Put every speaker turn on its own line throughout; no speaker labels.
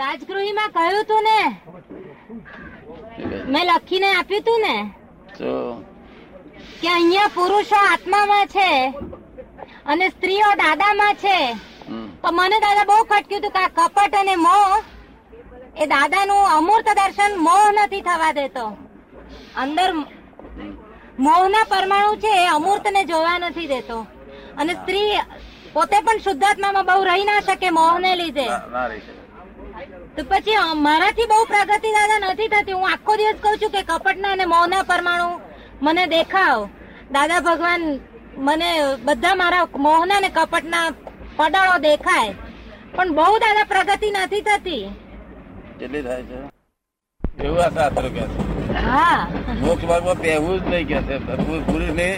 રાજગૃહીમાં કહ્યું તું ને મેં લખીને આપ્યું તું ને
તો
કે અહીંયા પુરુષો આત્મામાં છે અને સ્ત્રીઓ દાદામાં છે
હમ,
તો મને દાદા બહુ ખટક્યું હતું કે આ કપટ અને મોહ એ દાદાનું અમૂર્ત દર્શન મોહ નથી થવા દેતો અંદર મોહના પરમાણુ છે એ અમૂર્તને જોવા નથી દેતો અને સ્ત્રી પોતે પણ શુદ્ધાત્મામાં બહુ રહી ના શકે મોહને લીધે
ના ના રહી શકે.
તો પછી અ- મારાથી બહુ પ્રગતિ દાદા નથી થતી હું આખો દિવસ કઉ છું કે કપટના અને મોહના પરમાણુ મને દેખાવ દાદા ભગવાન મને બધા મારા મોહના અને કપટના પડાળો દેખાય પણ બહુ દાદા પ્રગતિ નથી થતી
કેટલી થાય છે એવું આ શાસ્ત્ર કહે છે
હા
મોક્ષ માર્ગમાં પહેવું જ નહીં કે છે પુરુષને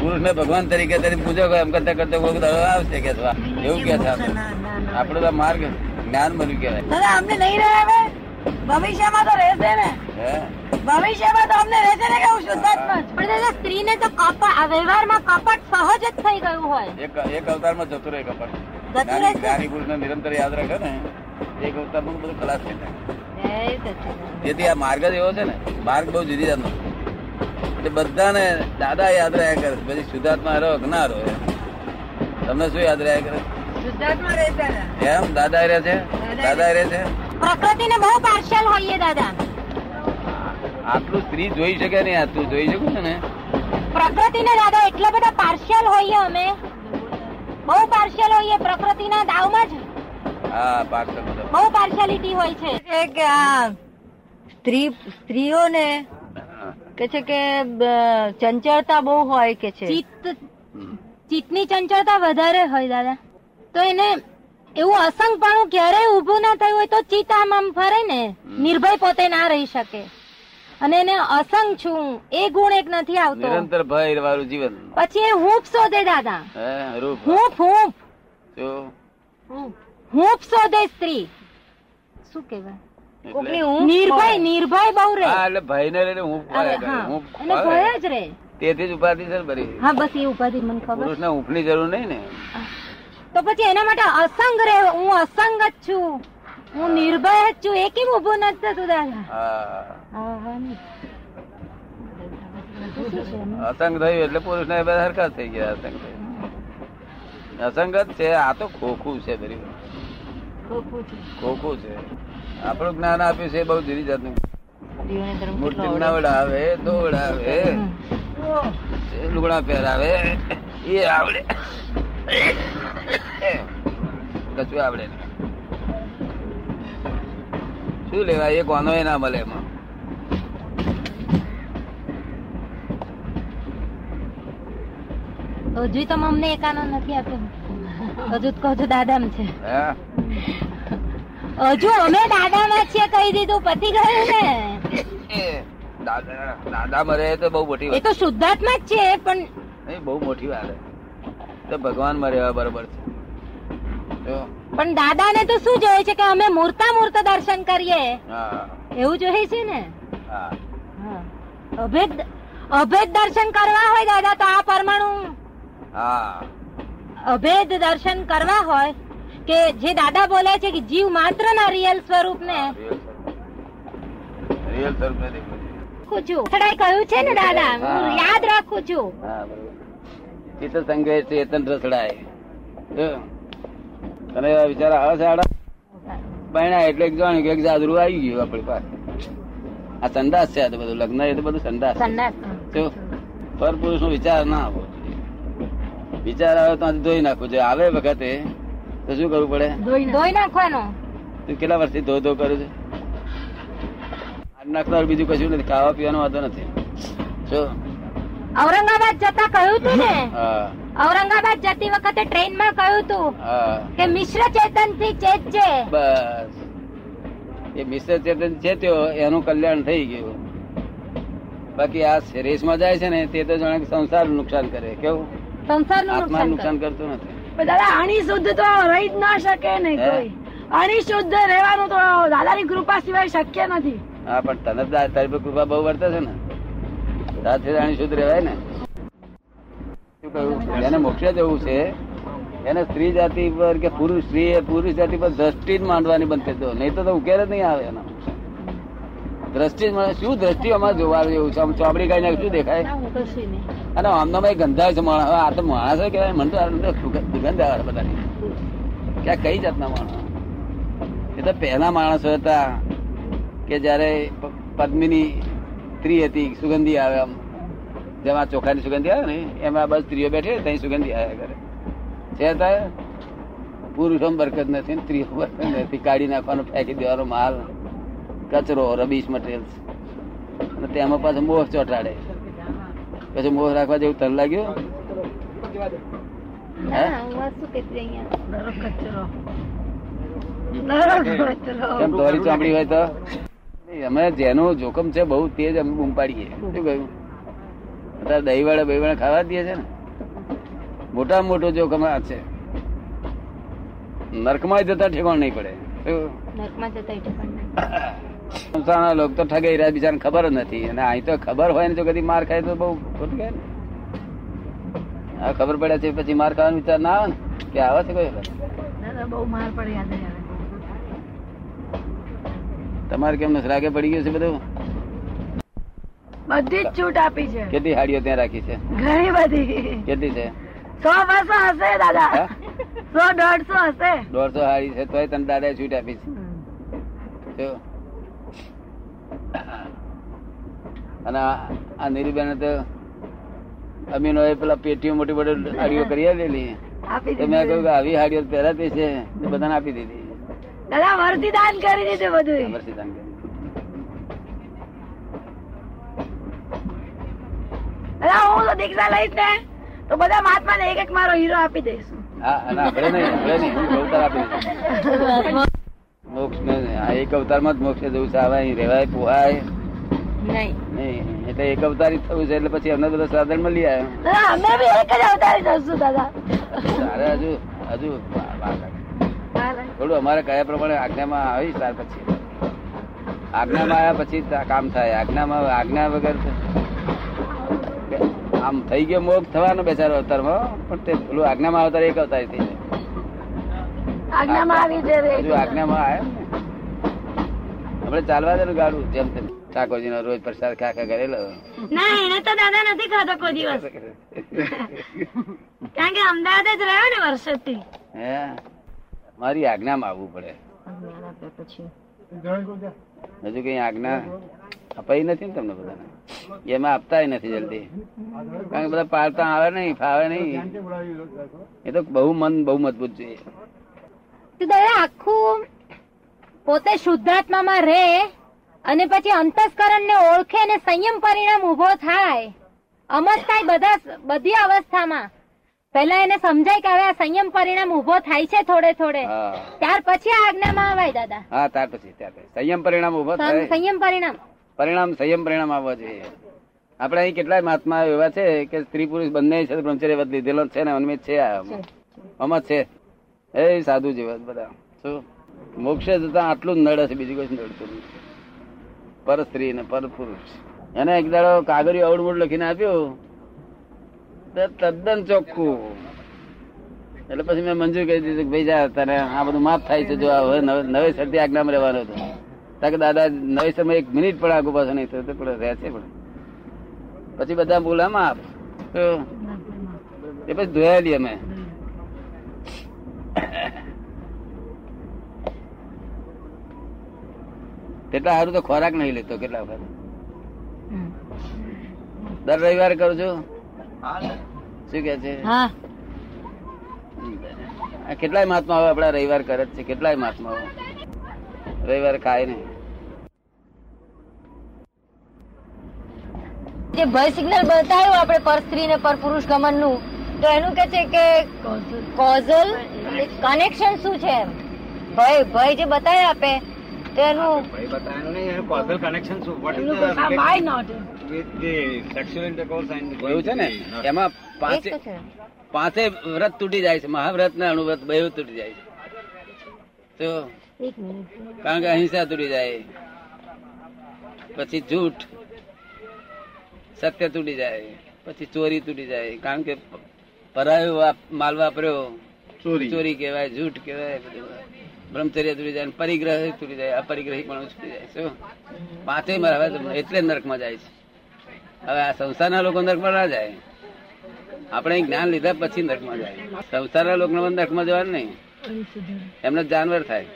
પુરુષને ભગવાન તરીકે તેની પૂજા કરે એમ કરતા કરતા કોઈ દાડો આવશે કે અથવા. એવું કે છે આપડે તો આ માર્ગ જ્ઞાન મળ્યું કહેવાય
દાદા અમને નહીં રહે હવે ભવિષ્યમાં તો રહેશે ને
હે?
ભવિષ્યમાં તો અમને રહેશે ને કે હું શુદ્ધાત્મા પણ દાદા સ્ત્રીને તો કપટ આ વ્યવહારમાં કપટ સહજ જ થઈ ગયું હોય
એક એક અવતારમાં જતું રહે કપટ
રહે છે?
જ્ઞાની જ્ઞાની પુરુષને નિરંતર યાદ રાખે ને એક અવતારમાં બધું ખલાસ થઈ જાય
જય સચ્ચિદાનંદ.
જેથી આ માર્ગ જ એવો છે ને માર્ગ બહુ જુદી જાતનો એટલે બધાને દાદા યાદ રહ્યા કરે છે. પછી શુદ્ધાત્મા રહો કે ના રહો એમ. તમને શું યાદ રહ્યા કરે
શુદ્ધાત્મા રહેશે ને
એમ દાદા રહ્યા છે દાદા રહ્યા છે
પ્રકૃતિને બહુ પાર્શિયલ હોઈએ દાદા
આટલું સ્ત્રી જોઈ શકે નહીં આટલું જોઈ શકું છું ને
પ્રકૃતિને દાદા એટલા બધા પાર્શિયલ હોઈએ અમે બહુ પાર્શિયલ હોઈએ પ્રકૃતિના દાવમાં જ
હા પાર્સલ બધો
બહુ પાર્શિયાલિટી હોય છે
છે કે આ સ્ત્રી સ્ત્રીઓને કે છે કે બ- ચંચળતા બહુ હોય કે છે
ચિત્ત ચિત્તની ચંચળતા વધારે હોય દાદા તો એને એવું અસંગપણું ક્યારેય ઊભું ના થયું હોય તો ચિત્ત આમ આમ ફરે ને નિર્ભય પોતે ના રહી શકે અને એને અસંગ છું એ ગુણ એક નથી આવતો
નિરંતર ભય વાળું જીવન
પછી એ હૂંફ શોધે દાદા
હે રૂપ
હૂંફ હૂંફ
શું?
હૂંફ શોધે સ્ત્રી શું કહેવાય
એટલે
ઊંઘ
નિર્ભય નિર્ભય બહુ રે
હા એટલે ભય ને લઈને હું
અરે, હા. એને ભય જ રે
તેથી જ ઉપાધિ છે ને બધી
હા બસ એ ઉપાધિ મને ખબર
પુરુષને ઊંફની જરૂર નહીં ને
તો પછી એના માટે અસંગ રે હું અસંગ જ છું હું નિર્ભય જ છું એ કેમ ઉભો નથી થતું દાદા
હા
હા, હા, ને.
અસંગ થયું એટલે પુરુષ ને બધા હરખા થઈ ગયા અસંગ થયું અસંગત છે આ તો ખોખું છે બરી ખોખું છે આપણું જ્ઞાન આપ્યું છે એ બહુ જુદી જાતનું
સ્ત્રીઓને ધર્મ
મૂર્તિ
કેટલો
નવડાવે દોડાવે એ લુગડા પહેરાવે એ આવડે કશું આવડે નહીં. શું લેવા એક વાનો ના મળે એમાં
હજુ તમે અમને એકાનો નથી આપ્યો હજુ તો કહો છો દાદામ છે
હા
હજુ અમે દાદામાં છીએ કહી દીધું પતી ગયું ને
એ દાદા દાદા મરે તો બહુ મોટી
એ
વાત
તો શુદ્ધાત્મા જ છે પણ
નહીં બહુ મોટી વાત તો ભગવાન મર્યા બરોબર છે જો,
પણ દાદાને તો શું જોઈએ છે કે અમે મૂર્તા મૂર્ત દર્શન કરીએ
હા
એવું જોઈએ છે ને
હા
અભેદ અભેદ દર્શન કરવા હોય દાદા તો આ પરમાણુ
હા
અભેદ દર્શન કરવા હોય કે જે દાદા બોલે છે કે જીવ માત્ર ના રિયલ સ્વરૂપ ને
રિયલ સ્વરૂપ ને દેખવું જોઈએ.
રાખું છું અથડાએ કહ્યું છે ને દાદા હું
હા.
યાદ રાખું છું
હા બરોબર ચિત્ત સંગે ચેતન રસડાય જો, તને એવા વિચાર આવે છે આડા બહેણા એટલે એક જાણ્યું કે એક જાદરું આવી ગયું આપણી પાસે આ સંદાસ છે આ તો બધું લગ્ન એ તો બધું સંદાસ છે.
સંન્યાસ
જો પર પુરુષ નો વિચાર ના આવો વિચાર આવે તો આને ધોઈ નાખવું જો આવે વખતે તો શું કરવું પડે
ધોઈ નાખવાનો
તું કેટલા વર્ષથી ધો ધો કરું છે આડ નાખનાર બીજું કશું નથી ખાવા પીવાનો વાંધો નથી જો
ઔરંગાબાદ જતા કહ્યું તું ને
હા
ઔરંગાબાદ જતી વખતે ટ્રેન માં કહ્યું તું
હા
કે મિશ્ર ચેતન થી ચેત છે
બસ એ મિશ્ર ચેતન છે ત્યો એનું કલ્યાણ થઈ ગયું બાકી આ રેસમાં જાય છે ને તે તો જાણે સંસારનું નુકસાન કરે કેવું
સંસાર
આત્મા
નું નુકસાન
નુકસાન કરતું નથી
દાદા અણી શુદ્ધ તો રહી જ ના શકે ને
હે? કોઈ.
અણી શુદ્ધ રહેવાનું તો દાદાની કૃપા સિવાય શક્ય નથી
હા પણ તને જ તારી પર કૃપા બહુ વર્તે છે ને સાથે રાણી શુદ્ધ રહેવાય ને શું કહ્યું જેને મોક્ષે જવું છે એને સ્ત્રી જાતિ પર કે પુરુષ સ્ત્રી એ પુરુષ જાતિ પર દ્રષ્ટિ જ માંડવાની બંધ કરી દો નહીં તો તો ઉકેલ જ નહીં આવે એનો દ્રષ્ટિ જ માંડે. શું દ્રષ્ટિ અમારે જોવા જેવું છે આમ ચોપડી કાઢી નાખે શું દેખાય અને આમનામાં એક ગંધાય છે માણસ આ તો માણસ કહેવાય મને તો આ અંદર સુગ- દુર્ગંધ આવે છે બધાની કે આ કઈ જાતના માણસ એ તો પહેલા માણસો હતા કે જયારે પદ્મિની સ્ત્રી હતી સુગંધી આવે આમ જેમાં ચોખાની સુગંધી આવે ને એમાં બસ સ્ત્રીઓ બેઠી ત્યાં સુગંધી આવ્યા કરે છે તારે? પુરુષોમાં બરકત નથી ને સ્ત્રીઓ બરકત નથી કાઢી નાખવાનો ફેંકી દેવાનો માલ કચરો રબીશ મટીરિયલ અને તેમાં પાછો મોહ ચોટાડે પછી મોહ રાખવા જેવું તન લાગ્યું હે? કેમ તમારી ચામડી હોય તો નહીં, અમે જેનું જોખમ છે બહુ તેજ અમે બૂમ પાડીએ શું કહ્યું અત્યારે દહીં વાળા બહી વાળા ખાવા દે છે ને મોટા મોટો જોખમ આ છે નરકમાં જતા ઠેકાણ નહીં પડે શું?
નર્કમાં જતા એ ઠેકાણ નહીં.
સંસારના લોકો તો ઠગાઈ રહ્યા બીજાને ખબર જ નથી અને અહીં તો ખબર હોય ને જો કદી માર ખાય તો બહુ ખોટું કહેવાય ને આ ખબર પડે છે પછી માર ખાવાનો વિચાર ના આવે ને કે આવે છે કોઈ વખત?
બહુ માર પડી યાદ
તમારે કેમ નથી રાગે પડી ગયું છે બધું
બધી જ છૂટ આપી છે
કેટલી હાડીઓ ત્યાં રાખી છે
ઘણી બધી
કેટલી છે
સો બસો હશે દાદા
હા?
સો દોઢસો હશે
દોઢસો હાડી છે તોય તને દાદાએ છૂટ આપી છે જો. અને આ આ નીરુબેને તો અમીનો એ પેલા પેટીઓ મોટી મોટી હાડીઓ કરી આપેલી
આપી
તો મેં કહ્યું કે આવી હાડીઓ પહેરાતી છે તો બધાને આપી દીધી
દાદા વરતી દાન કરી દીધું બધું
અમર સિદ્ધાંત કરી.
દાદા હું તો દીક્ષા લઈશ ને તો બધા મહાત્મા ને એક એક મારો હીરો આપી દઈશ
હા અને આપણે નહીં આપણે નહીં હું અવતાર આપી દઈશ. મોક્ષ ને આ એક અવતારમાં જ મોક્ષે જવું છે આવા અહીં રહેવાય પોહાય
નહીં
નહીં એટલે એક અવતારી થવું છે એટલે પછી અમને બધા સાધન મળી
દાદા
આવ્યા
અમે બી એક જ અવતારી થશું દાદા
તારે હજુ હજુ વા- વાર લાગે. થોડું અમારે કયા પ્રમાણે આજ્ઞામાં આવી ત્યાર પછી આજ્ઞામાં આવ્યા પછી તા- કામ થાય આજ્ઞામાં આજ્ઞા વગર તો- આમ થઈ ગયો મોગ થવાનો બેચારો અવતારમાં પણ તે પેલું આજ્ઞામાં અવતાર એક અવતારી થઈ જાય
આજ્ઞામાં આવી છે રે.
હજુ આજ્ઞામાં આવ્યા ને આપણે ચાલવા દેનું ગાડું જેમ તેમ ઠાકોરજી નો રોજ પ્રસાદ ખાખા કરેલો
ના એને તો દાદા નથી ખાતો કોઈ દિવસ કારણ કે અમદાવાદ જ રહ્યો ને વર્ષોથી
હે મારી આજ્ઞામાં આવવું પડે હજુ કઈ આજ્ઞા અપાઈ નથી ને તમને બધાને એમાં આપતા નથી જલ્દી કારણ કે બધા પાડતા આવે નહીં ફાવે નહીં એ તો બહુ મન બહુ મજબૂત જોઈએ
તો દાદા આખું પોતે શુદ્ધાત્મામાં રહે અને પછી અંતસ્કરણને ઓળખે અને સંયમ પરિણામ ઉભો થાય અમજ થાય બધા બધી અવસ્થામાં પહેલા એને સમજાય કે હવે આ સંયમ પરિણામ ઉભો થાય છે થોડે થોડે
હા
ત્યાર પછી આ આજ્ઞામાં અવાય દાદા
હા ત્યાર પછી ત્યાર પછી સંયમ પરિણામ ઉભો
સં-
થાય
સંયમ પરિણામ
પરિણામ સંયમ પરિણામ આવવા જોઈએ આપણે અહીં કેટલાય મહાત્મા એવા છે કે સ્ત્રી પુરુષ બંને છે બ્રહ્મચર્ય વ્રત લીધેલો છે ને અનમિત છે આ આમાં. આમાં છે એ સાધુ જેવા જ બધા શું મોક્ષે જતા આટલું જ નડે છે બીજું કશું નડતું નથી પર સ્ત્રી ને પર પુરુષ એને એક દાડો કાગળિયું અવડમૂળ લખીને આપ્યું તો તદ્દન ચોખ્ખું એટલે પછી મેં મંજૂર કરી દીધું કે ભાઈ જા તને આ બધું માફ થાય છે જો આ હવે નવે- નવેસરથી આજ્ઞામાં રહેવાનો હતો તાકે દાદા નવેસરમાં એક મિનિટ પણ આગુ પાછો નહીં થયો તો પણ રહે છે પણ પછી બધા બોલા માફ તો એ પછી ધોયા લઈએ અમે તેટલા સારું તો ખોરાક નહીં લેતો કેટલા વખત દર રવિવારે કરું છું શું કે છે
હા
આ કેટલાય મહાત્માઓ આપણા રવિવાર કરે જ છે કેટલાય મહાત્માઓ રવિવાર ખાય નહીં
જે ભય સિગ્નલ બતાવ્યું આપણે પર સ્ત્રી ને પર પુરુષ ગમન નું તો એનું કે છે કે કોઝલ કનેક્શન શું છે એમ ભય ભય જે બતાવે આપે તો એનું
એવું છે ને એમાં પાંચે
એક તો છે.
પાંચે વ્રત તૂટી જાય છે મહાવ્રત ને અણુવ્રત બે તૂટી જાય છે તો
એક મિનિટ
કારણ કે અહિંસા તૂટી જાય પછી જૂઠ સત્ય તૂટી જાય પછી ચોરી તૂટી જાય કારણ કે પરાયો વાપ- માલ વાપર્યો
ચોરી
ચોરી કહેવાય જૂઠ કહેવાય બધું બ્રહ્મચર્ય તૂટી જાય અને પરિગ્રહ તૂટી જાય અપરિગ્રહી પણ છૂટી જાય શું પાંચે મારા હવે તો એટલે જ નરકમાં જાય છે હવે આ સંસારના લોકો નરકમાં ના જાય આપણે અહીં જ્ઞાન લીધા પછી નરકમાં જાય સંસારના લોકો નરકમાં જવાનું નહીં એમને જાનવર થાય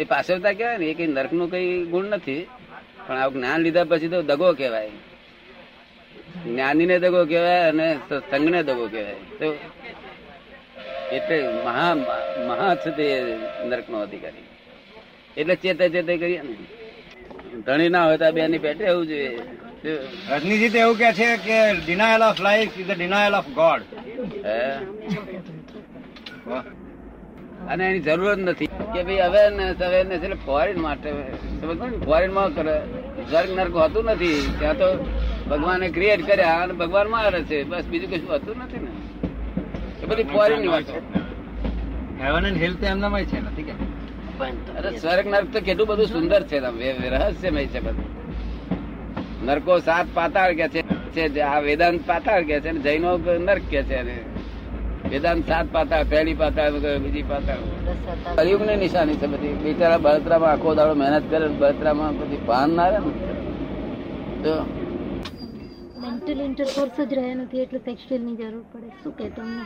એ પાછળતા કહેવાય ને એ કઈ નરકનું કઈ ગુણ નથી પણ આવું જ્ઞાન લીધા પછી તો દગો કહેવાય જ્ઞાનીને દગો કહેવાય અને સંઘને દગો કહેવાય તો એટલે મહા મહા છે તે નરકનો અધિકારી એટલે ચેતે ચેતે કરીએ ને ધણી ના હોય તો આ બેની પેટે રહેવું જોઈએ શું?
રજનીજી તો એવું કે છે કે denial of life is the denial of God
હે? અને એની જરૂર જ નથી કે ભાઈ અવેરનેસ અવેરનેસ એટલે ફોરેન માટે ફોરેન માં કરે સ્વર્ગ નર્ક હોતું નથી ત્યાં તો ભગવાને ક્રિએટ કર્યા અને ભગવાન મારે છે બસ બીજું કશું હોતું નથી ને એ બધી ફોરેન ની વાતો
હેવન એન્ડ હેલ્થ એમનામાં છે નથી કે
અરે સ્વર્ગ નર્ક તો કેટલું બધું સુંદર છે આમ વે- વે- રહસ્યમય છે બધું નરકો સાત પાતાળ કે છે- છે જે આ વેદાંત પાતાળ કે છે અને જૈનો નર્ક કે છે અને વેદાંત સાત પાતાળ પહેલી પાતાળ બીજી પાતાળ કલયુગ ની નિશાની છે બધી બિચારા બળતરામાં આખો દાડો મહેનત કરે ને બળતરામાં બધી ભાન ના રહે ને તો
મેન્ટલ ઇન્ટરકોર્સ જ રહે નથી એટલે ટેક્સટાઇલ ની જરૂર પડે શું કે તમને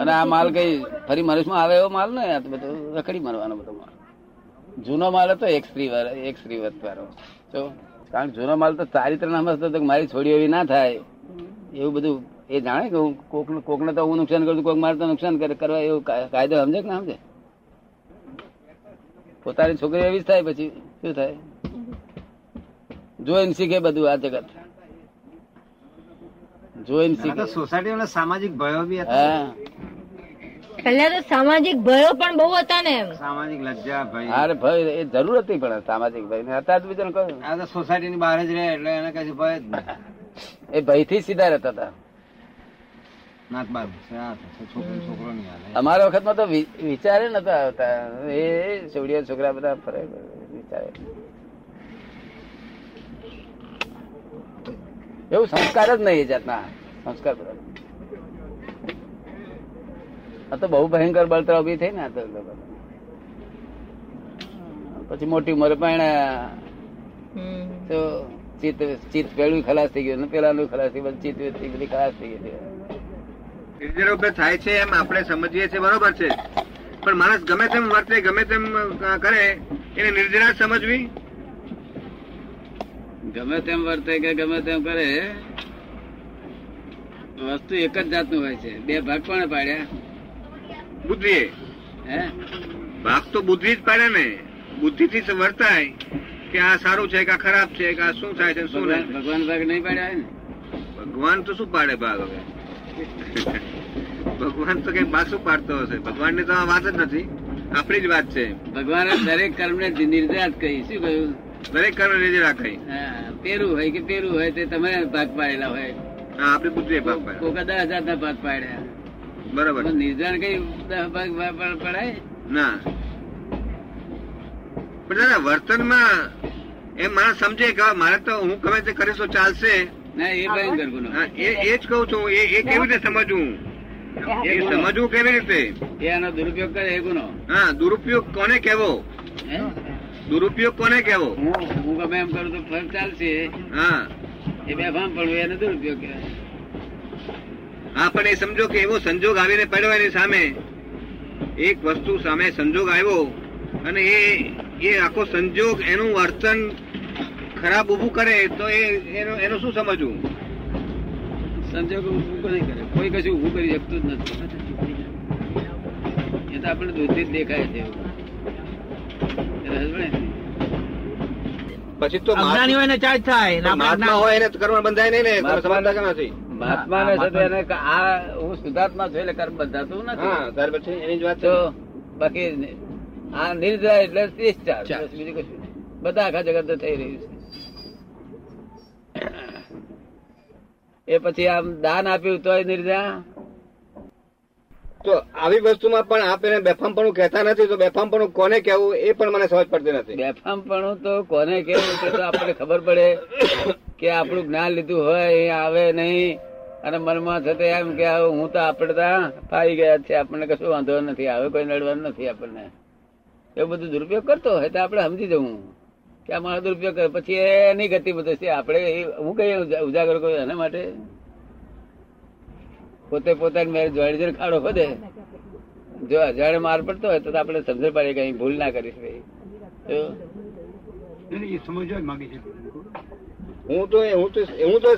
અને આ માલ કઈ ફરી મનુષ્યમાં આવે એવો માલ ને આ તો બધો રખડી મારવાનો બધો માલ જૂનો માલ હતો એક સ્ત્રી વાર એક સ્ત્રી વત વાળો તો કારણ કે જૂનો માલ તો ચારિત્ર નામ હતો તો કે મારી છોડી એવી ના થાય એવું બધું એ જાણે કે હું કોકનું કોકને તો હું નુકસાન કરું છું, કોક મારે તો નુકસાન કરે કરવા એવું કાય- કાયદો સમજે કે ના સમજે પોતાની છોકરી એવી જ થાય પછી શું થાય જોઈને શીખે બધું આ જગત જોઈને શીખે
સોસાયટી સામાજિક ભયો બી
હા
પહેલા તો સામાજિક ભયો પણ બહુ હતા ને એમ
સામાજિક લજ્જા ભય
અરે ભાઈ એ જરૂર હતી પણ સામાજિક ભાઈ ને હતા જ બીજાને કહ્યું
આ તો સોસાયટીની બહાર જ રહે એટલે એને કશું ભય જ નહીં
એ ભય થી સીધા રહેતા હતા
નાથ બાબુ છે, આ છે, છોકરો છોકરો નહીં હાલે
અમારા વખત માં તો વિ- વિચારે નતા આવતા એ છોડીઓ છોકરા બધા ફરે વિચારે એવું સંસ્કાર જ નહીં એ જાતના સંસ્કાર બધા આ તો બહુ ભયંકર બળતરા ઉભી થઈ ને આ તો લોકો. પછી મોટી ઉંમરે પરણ્યા તો ચિત્ત ચિત્ત પેલું ખલાસ થઈ ગયું પેલાનું ખલાસ થઈ ગયું ચિત્ત વૃત્તિ બધી ખલાસ થઈ ગઈ
રિઝર્વ થાય છે એમ આપણે સમજીએ છીએ બરોબર છે પણ માણસ ગમે તેમ વર્તે ગમે તેમ અ, કરે એને નિર્જરા જ સમજવી
ગમે તેમ વર્તે કે ગમે તેમ કરે વસ્તુ એક જ જાતનું હોય છે બે ભાગ કોને પાડ્યા
બુદ્ધિએ
હે
ભાગ તો બુદ્ધિ જ પાડે ને બુદ્ધિથી જ વર્તાય કે આ સારું છે કે આ ખરાબ છે કે આ શું થાય છે ને શું
ભગવાન
નહીં
ભગવાન ભાગ નહીં પાડ્યા હોય ને
ભગવાન તો શું પાડે ભાગ હવે ભગવાન તો કઈ બાસું પાડતો હશે ભગવાનની તો આ વાત જ નથી આપણી જ વાત છે
ભગવાને દરેક કર્મને નિર્જાત કહી શું કહ્યું
દરેક કર્મ નિર્જરા કઈ
હા, પેલું હોય કે પેલું હોય તે તમે ભાગ પાડેલા હોય
હા આપણી બુદ્ધિએ ભાગ પાડે
કોકા દસ હજાર ના ભાગ પાડ્યા
બરોબર
પણ નિર્જાણ કઈ દસ ભાગ પા- પડાય
ના પણ દાદા વર્તનમાં એમ માણસ સમજે કે હવે મારે તો હું ગમે તે કરીશ તો ચાલશે
ના એ ભયંકર ગુનો
હા, એ એ જ કહું છું એ એ કેવી રીતે સમજવું એ સમજવું કેવી રીતે
એ આનો દુરુપયોગ કરે એ ગુનો
હા દુરુપયોગ કોને કહેવો
હે?
દુરુપયોગ કોને કહેવો
હું હું ગમે એમ કરું તો ફળ ચાલશે
હા
એ બે ભામ પડવું એનો દુરુપયોગ કહેવાય
હા પણ એ સમજો કે એવો સંજોગ આવીને પડ્યો એની સામે એક વસ્તુ સામે સંજોગ આવ્યો અને એ એ આખો સંજોગ એનું વર્તન ખરાબ ઉભું કરે તો એ એનું એનું શું સમજવું
સંજોગ ઊભું કોઈ કરે કોઈ કશું ઊભું કરી શકતું જ નથી એ તો આપણે દૂધથી જ દેખાય છે એવું. એટલે સમજે ને?
પછી તો મહાત્મા તો મહાત્મા હોય એને તો કર્મ બંધાય નહીં ને તમે સમજતા કે નથી
મહાત્માને છે તો એને ક- આ હું શુદ્ધાત્મા છું એટલે કર્મ બંધાતું
હા
નથી
ત્યાર પછી એની જ વાત છે
તો બાકી ને- આ નિર્જરા એટલે તિરસ્કાર.
ચાર.
બસ બીજું કશું નહીં. બધા આખા જગત થઈ રહ્યું છે એ પછી આમ દાન આપ્યું તોય નિર્જા
તો આવી વસ્તુમાં પણ આપ એને બેફામપણું કહેતા નથી તો બેફામપણું કોને કહેવું એ પણ મને સમજ પડતી નથી
બેફામપણું તો કોને કેવું તે તો આપણને ખબર પડે કે આપણું જ્ઞાન લીધું હોય એ આવે નહીં અને મનમાં થતે એમ કે હવે હું તો આપણે ત્યાં ફાવી ગયા છે આપણને કશું વાંધો નથી હવે કોઈ નડવાનું નથી આપણને એ બધું દુરુપયોગ કરતો હોય તો આપણે સમજી જવું કે આ માણસ દુરુપયોગ કરે પછી એની ગતિ બધું છે આપણે એ- હું કઈ ઉજા- ઉજાગર કરું એના માટે પોતે પોતાની મેરેજ જોડે જોડે ખાડો ખોદે જો અજાડે માર પડતો હોય તો આપણે સમજણ પડે કઈ ભૂલ ના કરીશ ભાઈ તો
હું તો હું તો હું તો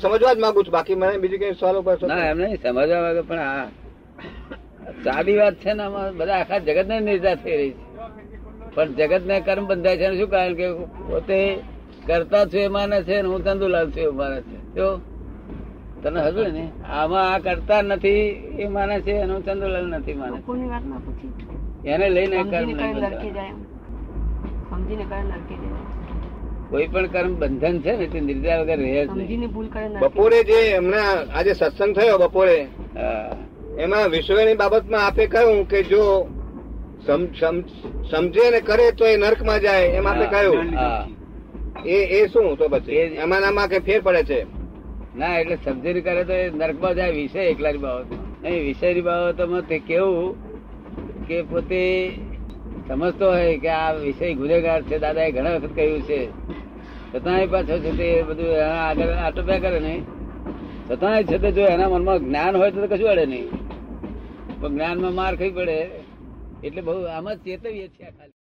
સમજવા જ માંગુ છું બાકી મને બીજું કઈ સવાલો પર
ના એમ નહીં સમજવા માંગે પણ આ સાદી વાત છે ને આમાં બધા આખા જગત ને નિર્દા થઈ રહી છે પણ જગત ને કર્મ બંધાય છે એનું શું કારણ કે પોતે કરતા છું એ માને છે ને હું ચંદુલાલ છું એ માને છે જો તને હજુ ને આમાં આ કરતા નથી એ માને છે એનું ચંદુલાલ નથી માને છે. એને લઈને કર્મ નહીં બંધાય. કોઈ પણ કર્મ બંધન છે ને તે નિર્દા વગર રહે જ નહીં
બપોરે જે હમણાં આજે સત્સંગ થયો બપોરે
હા
એમાં વિશ્વની બાબતમાં આપે કહ્યું કે જો સમ- સમ- સમજે ને કરે તો એ નર્કમાં જાય એમ આપે કહ્યું
હા.
એ એ શું તો પછી
એ-
એમાં ને આમાં કે ફેર પડે છે
ના એટલે સબ્જરી કરે તો એ નર્કમાં જાય વિષય એકલાની બાબતમાં નહીં વિષયની બાબતોમાં તે કેવું કે પોતે સમજતો હોય કે આ વિષય ગુનેગાર છે દાદાએ ઘણા વખત કહ્યું છે છતાંય પાછો છે તે બધું એના આગળ આટોપ્યા કરે નહીં છતાંય છે તે જો એના મનમાં જ્ઞાન હોય તો કશું અડે નહીં પણ જ્ઞાનમાં માર ખાઈ પડે એટલે બહુ આમાં ચેતવીએ છીએ ખાલી